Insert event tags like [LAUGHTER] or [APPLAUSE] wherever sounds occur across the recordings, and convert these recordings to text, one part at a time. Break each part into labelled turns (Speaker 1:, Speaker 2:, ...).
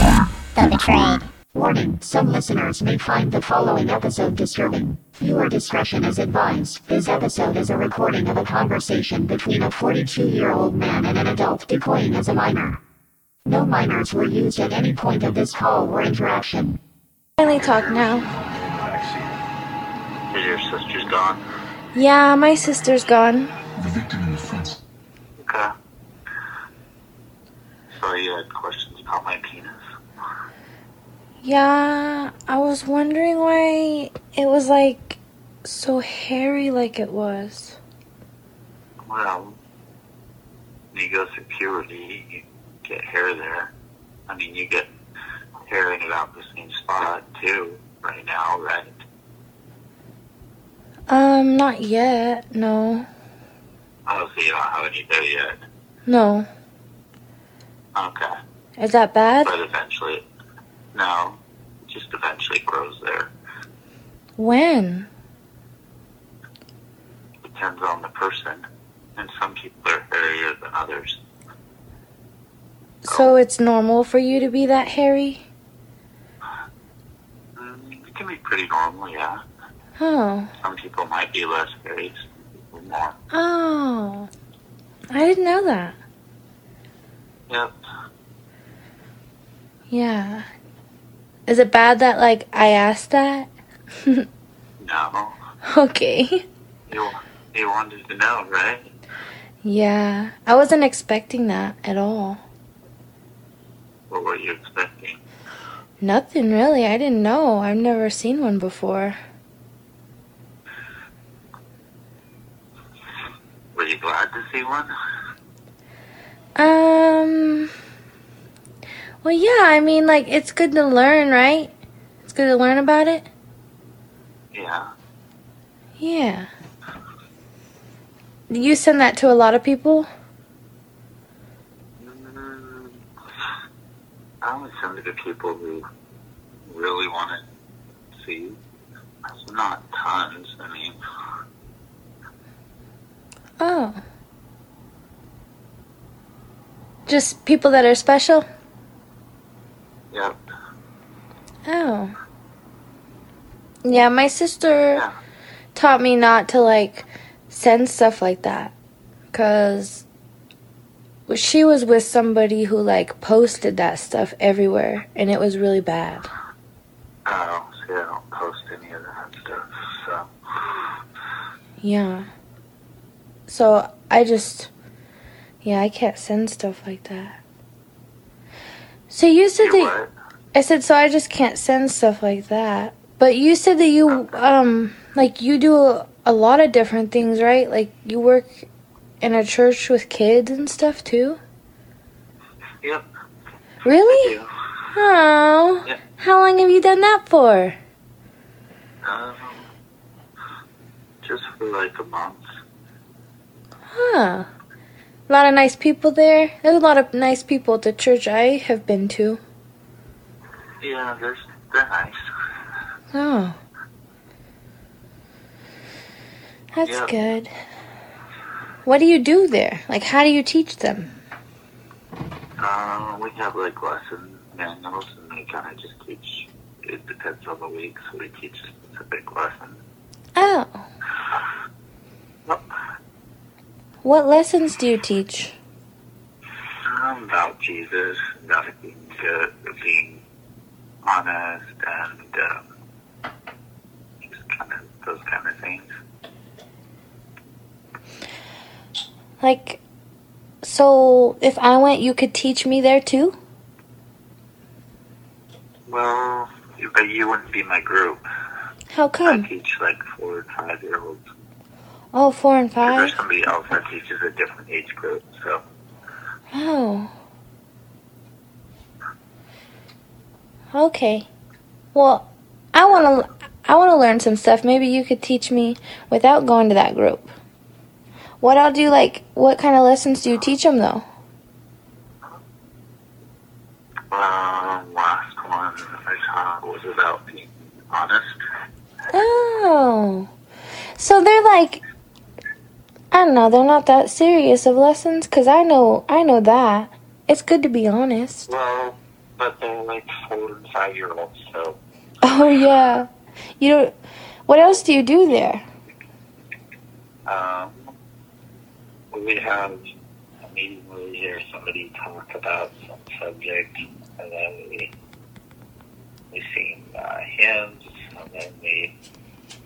Speaker 1: are betrayed.
Speaker 2: Warning, some listeners may find the following episode disturbing. Viewer discretion is advised. This episode is a recording of a conversation between a 42 year old man and an adult decoying as a minor. No minors were used at any point of this call or interaction.
Speaker 3: Finally talk now.
Speaker 4: Taxi. Your sister's gone.
Speaker 3: Yeah, my sister's gone.
Speaker 5: The victim and the friends.
Speaker 4: Okay. So you had questions about my penis.
Speaker 3: Yeah, I was wondering why it was like so hairy like it was.
Speaker 4: Well, when you go through puberty, you get hair there. I mean, you get hair in about the same spot too right now, right?
Speaker 3: Um, not yet. No.
Speaker 4: Oh, so you don't have any there yet.
Speaker 3: No.
Speaker 4: Okay,
Speaker 3: Is that bad?
Speaker 4: but eventually, no, it just eventually grows there.
Speaker 3: When?
Speaker 4: Depends on the person, and some people are hairier than others.
Speaker 3: So it's normal for you to be that hairy?
Speaker 4: Mm, It can be pretty normal, yeah.
Speaker 3: Oh.
Speaker 4: Some people might be less hairy, some people more.
Speaker 3: Oh. I didn't know that.
Speaker 4: Yep.
Speaker 3: Yeah. Is it bad that like I asked that? [LAUGHS]
Speaker 4: No,
Speaker 3: okay.
Speaker 4: you you wanted to know, right?
Speaker 3: Yeah. I wasn't expecting that at all.
Speaker 4: What were you expecting?
Speaker 3: Nothing really. I didn't know. I've never seen one before.
Speaker 4: Were you glad to see one?
Speaker 3: Um. Well, yeah, I mean, like, it's good to learn, right? It's good to learn about it?
Speaker 4: Yeah.
Speaker 3: Yeah. You send that to a lot of people?
Speaker 4: Mm, I only send it to people who really want to see. Not tons. I mean,
Speaker 3: Oh. Just people that are special?
Speaker 4: yep.
Speaker 3: Oh. Yeah, my sister
Speaker 4: Yeah.
Speaker 3: taught me not to like send stuff like that cuz she was with somebody who like posted that stuff everywhere and it was really bad.
Speaker 4: Oh, see, I don't post any of that stuff. So,
Speaker 3: Yeah. So I just yeah, I can't send stuff like that. So you said
Speaker 4: you
Speaker 3: that
Speaker 4: what?
Speaker 3: I said so I just can't send stuff like that. But you said that you um like you do a, a lot of different things, right? Like you work in a church with kids and stuff too?
Speaker 4: Yep.
Speaker 3: Really?
Speaker 4: You.
Speaker 3: Oh.
Speaker 4: Yeah.
Speaker 3: How long have you done that for?
Speaker 4: Um, just for like a month.
Speaker 3: Huh. A lot of nice people there. There's a lot of nice people at the church I have been to.
Speaker 4: Yeah, there's they're nice.
Speaker 3: Oh. That's
Speaker 4: Yeah.
Speaker 3: good. What do you do there? Like, how do you teach them?
Speaker 4: Uh, we have like lesson manuals, and we kind of just teach. It depends on the week, so we teach a specific lesson.
Speaker 3: Oh. What lessons do you teach?
Speaker 4: Um, about Jesus, about being good, being honest, and um, just kind of those kind of things.
Speaker 3: Like, so if I went, you could teach me there too?
Speaker 4: Well, Hmm. you- but you wouldn't be my group.
Speaker 3: How
Speaker 4: I
Speaker 3: come?
Speaker 4: teach like four and five year olds.
Speaker 3: Oh, four and five?
Speaker 4: There's somebody else that teaches a different age group, so
Speaker 3: Oh. Okay. Well, I want to I want to learn some stuff. Maybe you could teach me without going to that group. What I'll do like what kind of lessons do you teach them though?
Speaker 4: um, last one I taught was about being honest.
Speaker 3: Oh. So they're like I don't know, they're not that serious of lessons cuz I know I know that. It's good to be honest. [LAUGHS]
Speaker 4: Well, but they're like four and five year olds, so
Speaker 3: Oh yeah. You don't. What else do you do there?
Speaker 4: um, we have a meeting where we hear somebody talk about some subject, and then we we sing uh, hymns, and then we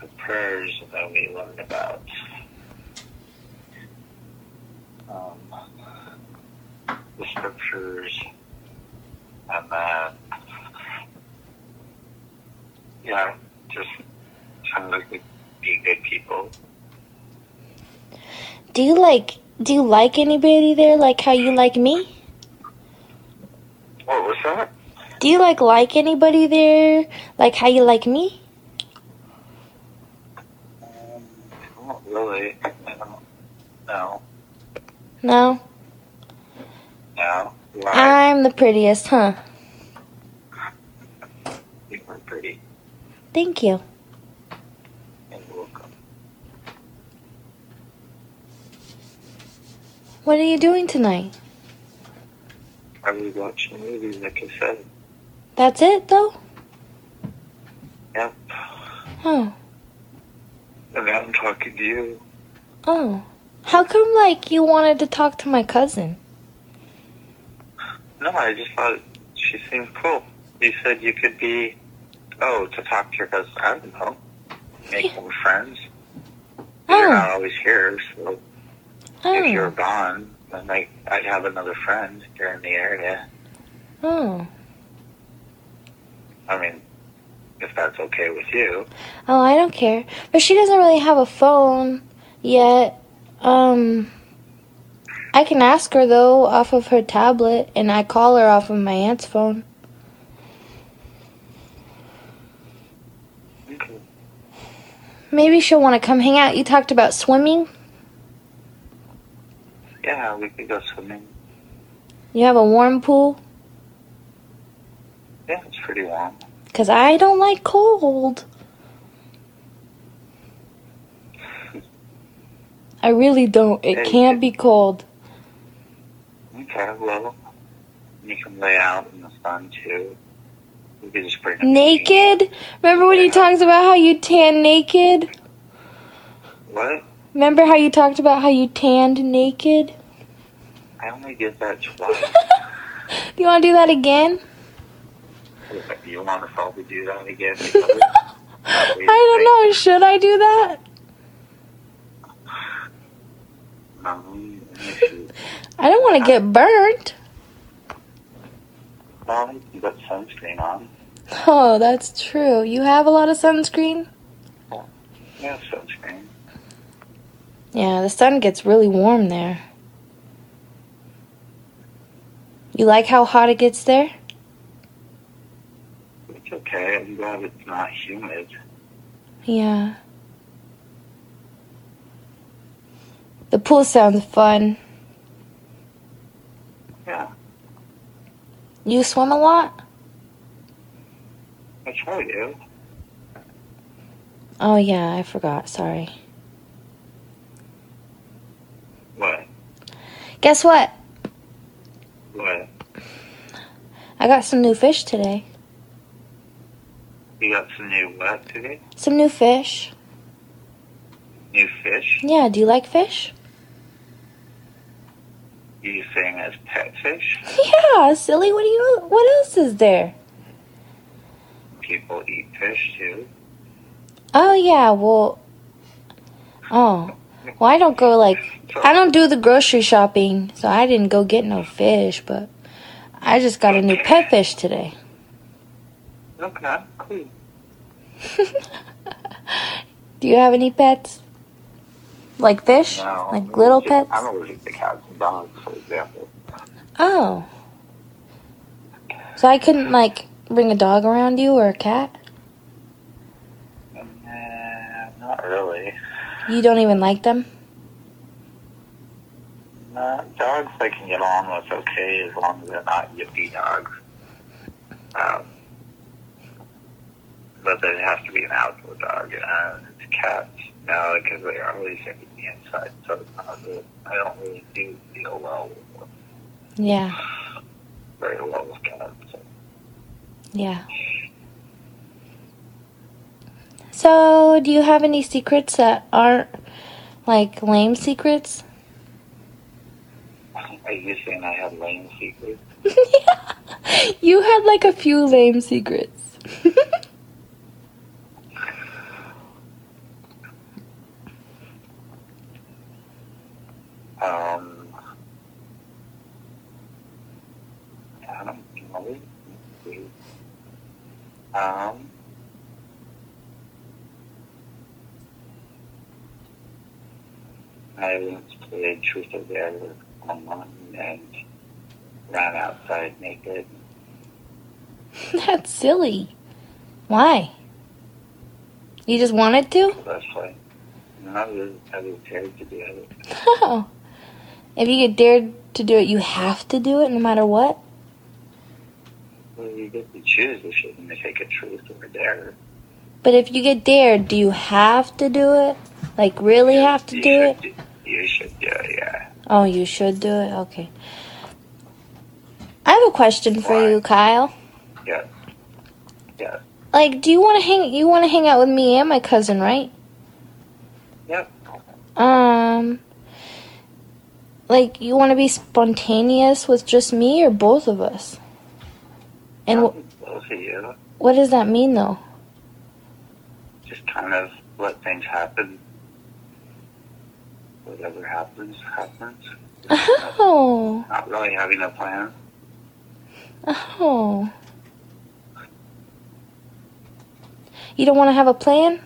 Speaker 4: do prayers, and then we learn about um, the scriptures, and then yeah, just trying to be- be good people.
Speaker 3: Do you like? Do you like anybody there? Like how you like me?
Speaker 4: What was that?
Speaker 3: Do you like like anybody there? Like how you like me?
Speaker 4: Um, not really. I don't know.
Speaker 3: No.
Speaker 4: No. Why?
Speaker 3: I'm the prettiest, huh?
Speaker 4: You were pretty
Speaker 3: Thank you.
Speaker 4: and welcome.
Speaker 3: What are you doing tonight?
Speaker 4: I was watching movies, like I said.
Speaker 3: That's it though?
Speaker 4: Yep.
Speaker 3: Oh.
Speaker 4: And now I'm talking to you.
Speaker 3: Oh. How come like you wanted to talk to my cousin?
Speaker 4: No, I just thought she seemed cool. You said you could be, oh, to talk to your cousin. I don't know. Make more friends. You're not
Speaker 3: Oh.
Speaker 4: always here, so if you're
Speaker 3: Oh.
Speaker 4: gone, then I, I'd have another friend here in the area.
Speaker 3: Oh.
Speaker 4: I mean, if that's okay with you.
Speaker 3: Oh, I don't care. But she doesn't really have a phone yet. Um I can ask her though off of her tablet and I call her off of my aunt's phone.
Speaker 4: Okay.
Speaker 3: Maybe she'll want to come hang out. You talked about swimming.
Speaker 4: Yeah, we could go swimming.
Speaker 3: You have a warm pool?
Speaker 4: Yeah, it's pretty warm.
Speaker 3: Cuz I don't like cold. I really don't. It
Speaker 4: Hey.
Speaker 3: can't be cold.
Speaker 4: Okay, well, you can lay out in the sun too. We could just bring a picnic.
Speaker 3: Naked? Remember when you talked about how you tan naked?
Speaker 4: What?
Speaker 3: Remember how you talked about how you tanned naked?
Speaker 4: I only did that twice.
Speaker 3: Do you want to do that again? [LAUGHS]
Speaker 4: Do you want us all to do
Speaker 3: [LAUGHS]
Speaker 4: that again?
Speaker 3: I don't know. Should I do that?
Speaker 4: Um, let me see.
Speaker 3: I don't want to get burnt.
Speaker 4: well, Um, you got sunscreen on.
Speaker 3: Oh, that's true. You have a lot of sunscreen?
Speaker 4: Yeah, sunscreen.
Speaker 3: Yeah, the sun gets really warm there. You like how hot it gets there?
Speaker 4: It's okay. I'm glad it's not humid.
Speaker 3: Yeah. The pool sounds fun.
Speaker 4: Yeah,
Speaker 3: You swim a lot?
Speaker 4: I try to.
Speaker 3: Oh, yeah, I forgot. Sorry.
Speaker 4: What?
Speaker 3: Guess what?
Speaker 4: What?
Speaker 3: I got some new fish today.
Speaker 4: You got some new what today?
Speaker 3: Some new fish.
Speaker 4: New fish?
Speaker 3: Yeah, do you like fish? [LAUGHS]
Speaker 4: You saying as pet fish?
Speaker 3: Yeah, silly. What do you? What else is there?
Speaker 4: People eat fish too.
Speaker 3: Oh yeah. Well. Oh. Well, I don't go like I don't do the grocery shopping, so I didn't go get no fish. But I just got a new pet fish today. [LAUGHS]
Speaker 4: Okay, cool.
Speaker 3: Do you have any pets? Like fish?
Speaker 4: No,
Speaker 3: like little pets?
Speaker 4: I'm allergic to cats and dogs, for example.
Speaker 3: Oh. So I couldn't like bring a dog around you or a cat?
Speaker 4: Uh, not really.
Speaker 3: You don't even like them?
Speaker 4: Uh, dogs I can get along with okay as long as they're not yippy dogs. Um, but they have to be an outdoor dog. Uh, it's cats now because they are always in the inside, so it's not really, I don't really do deal well with
Speaker 3: Yeah.
Speaker 4: very well with cats. So.
Speaker 3: Yeah. So, do you have any secrets that aren't like lame secrets? [LAUGHS]
Speaker 4: Are you saying I have lame secrets?
Speaker 3: You had like a few lame secrets.
Speaker 4: Um, I don't know. Um, I once played Truth or Dare with someone and ran outside naked.
Speaker 3: That's silly. Why? You just wanted to? [LAUGHS]
Speaker 4: That's like, and I was, I was scared to do it.
Speaker 3: No. If you get dared to do it, you have to do it no matter what.
Speaker 4: Well, you get to choose if you're going to take a truth or a dare.
Speaker 3: But if you get dared, do you have to do it? Like, really have to
Speaker 4: you
Speaker 3: do
Speaker 4: should
Speaker 3: it?
Speaker 4: do- you should do it, yeah.
Speaker 3: Oh, you should do it? Okay. I have a question for
Speaker 4: Why?
Speaker 3: you, Kyle.
Speaker 4: Yeah. Yeah.
Speaker 3: Like, do you want to hang? You want to hang out with me and my cousin, right?
Speaker 4: Yep.
Speaker 3: Um, like, you want to be spontaneous with just me or both of us? And wh-
Speaker 4: both of you
Speaker 3: what does that mean, though?
Speaker 4: just kind of let things happen. Whatever happens, happens.
Speaker 3: [LAUGHS] Oh,
Speaker 4: Not really having a plan.
Speaker 3: oh. You don't want to have a plan?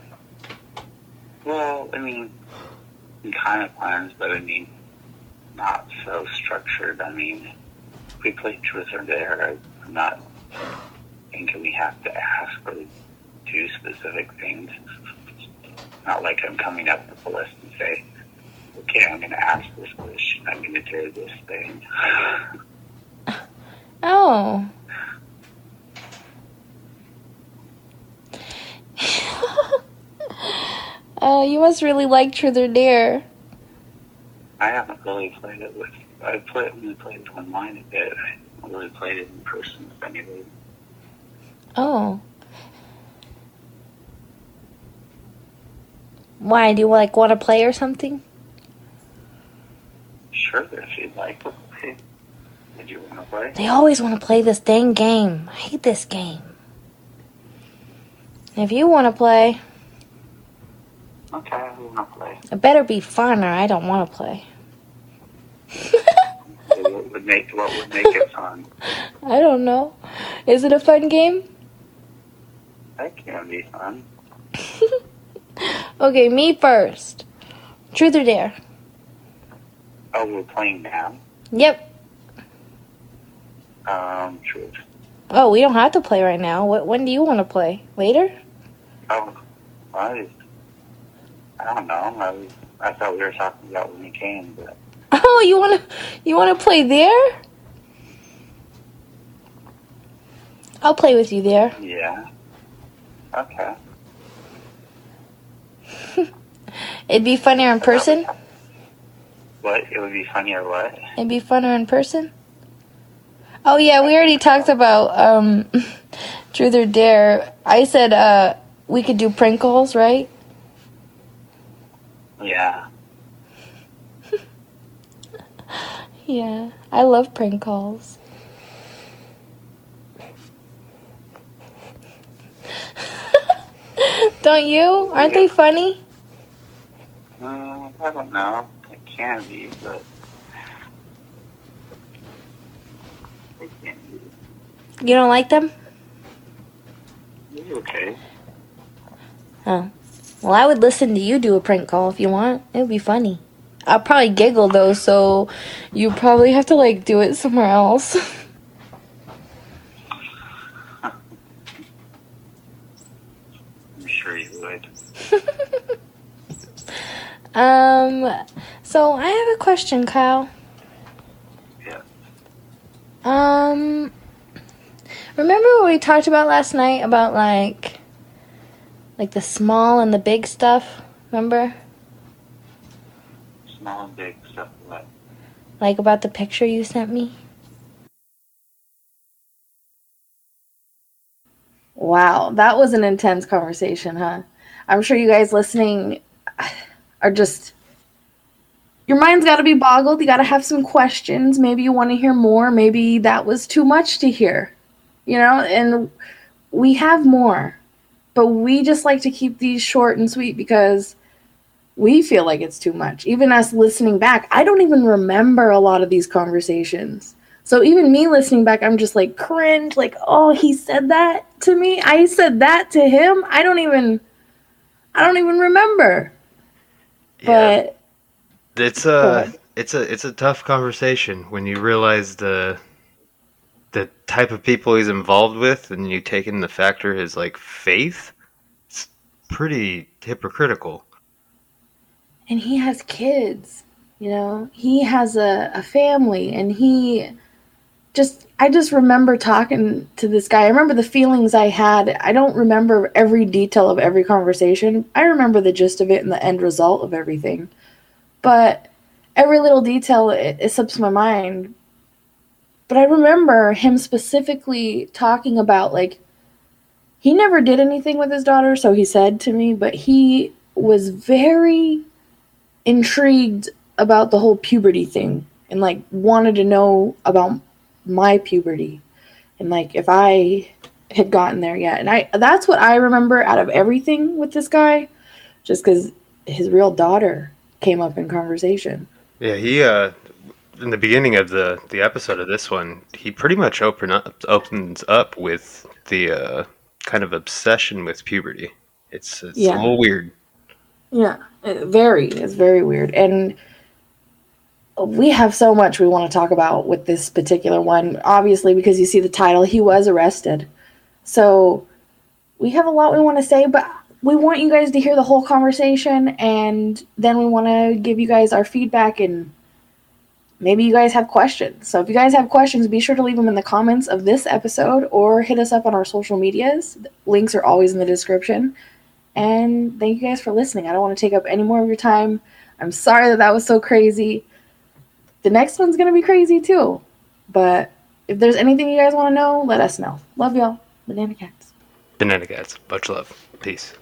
Speaker 4: Well, I mean, kind of plans, but I mean, not so structured. I mean, if we play truth or dare, I'm not thinking we have to ask or do specific things. Not like I'm coming up with a list and say, okay, I'm going to ask this question, I'm going to do this thing.
Speaker 3: Oh. [LAUGHS] Oh, you must really like Truth or Dare.
Speaker 4: I haven't really played it with, I play, only played it online a bit. I haven't really played it in person with anybody.
Speaker 3: Oh. Why? Do you like want to play or something?
Speaker 4: Sure, if you'd like to play. Did you want to play?
Speaker 3: They always want to play this dang game. I hate this game. If you want to play,
Speaker 4: Okay, I want to play.
Speaker 3: it better be fun or I don't want to play. [LAUGHS]
Speaker 4: what would make what would make it fun?
Speaker 3: I don't know. Is it a fun game?
Speaker 4: That can be fun.
Speaker 3: [LAUGHS] Okay, me first. Truth or Dare?
Speaker 4: Oh, we're playing now.
Speaker 3: Yep.
Speaker 4: Um, truth.
Speaker 3: Oh, we don't have to play right now. What? When do you want to play? Later? [LAUGHS]
Speaker 4: Oh, I was, I don't know. I was, I thought we were talking about when you came, but
Speaker 3: Oh, you wanna you wanna play there? I'll play with you there.
Speaker 4: yeah. Okay.
Speaker 3: It'd be funnier in person.
Speaker 4: What? It would be funnier what?
Speaker 3: It'd be funner in person. Oh yeah, we already talked about um [LAUGHS] truth or dare. I said uh we could do prank calls, right?
Speaker 4: Yeah.
Speaker 3: Yeah. I love prank calls. [LAUGHS] Don't you? Aren't they funny?
Speaker 4: Mm, I don't know. It can be, but it can be.
Speaker 3: You don't like them?
Speaker 4: It's okay.
Speaker 3: Oh. Well, I would listen to you do a prank call if you want. It would be funny. I'll probably giggle though, so you probably have to like do it somewhere else. [LAUGHS]
Speaker 4: I'm sure you would.
Speaker 3: um, so I have a question, Kyle.
Speaker 4: Yeah.
Speaker 3: Um, remember what we talked about last night about like, like the small and the big stuff? Remember,
Speaker 4: Small and big stuff like
Speaker 3: like about the picture you sent me. Wow, that was an intense conversation, huh? I'm sure you guys listening are just your mind's got to be boggled. You got to have some questions. Maybe you want to hear more. Maybe that was too much to hear. You know, and we have more, but we just like to keep these short and sweet because we feel like it's too much. Even us listening back, I don't even remember a lot of these conversations. So even me listening back, I'm just like cringe, like, oh, he said that to me. I said that to him. I don't even, I don't even remember.
Speaker 5: Yeah.
Speaker 3: But
Speaker 5: It's a it's a it's a tough conversation when you realize the the type of people he's involved with, and you take in the factor his like faith. It's pretty hypocritical.
Speaker 3: and he has kids you know he has a, a family and he just i just remember talking to this guy i remember the feelings i had i don't remember every detail of every conversation i remember the gist of it and the end result of everything but every little detail it, it slips my mind but i remember him specifically talking about like he never did anything with his daughter so he said to me but he was very intrigued about the whole puberty thing and like wanted to know about my puberty and like if I had gotten there yet. And I that's what I remember out of everything with this guy just cuz his real daughter came up in conversation.
Speaker 5: Yeah, he uh in the beginning of the the episode of this one, he pretty much open up opens up with the uh kind of obsession with puberty. It's it's
Speaker 3: Yeah.
Speaker 5: a little weird.
Speaker 3: Yeah, it- very. It's very weird. And we have so much we want to talk about with this particular one. Obviously, because you see the title, he was arrested. So we have a lot we want to say, but we want you guys to hear the whole conversation. And then we want to give you guys our feedback and maybe you guys have questions. So if you guys have questions, be sure to leave them in the comments of this episode or hit us up on our social medias. Links are always in the description. And thank you guys for listening. I don't want to take up any more of your time. I'm sorry that that was so crazy. The next one's going to be crazy too. But if there's anything you guys want to know, let us know. Love y'all. Banana Cats.
Speaker 5: Banana Cats, much love. Peace.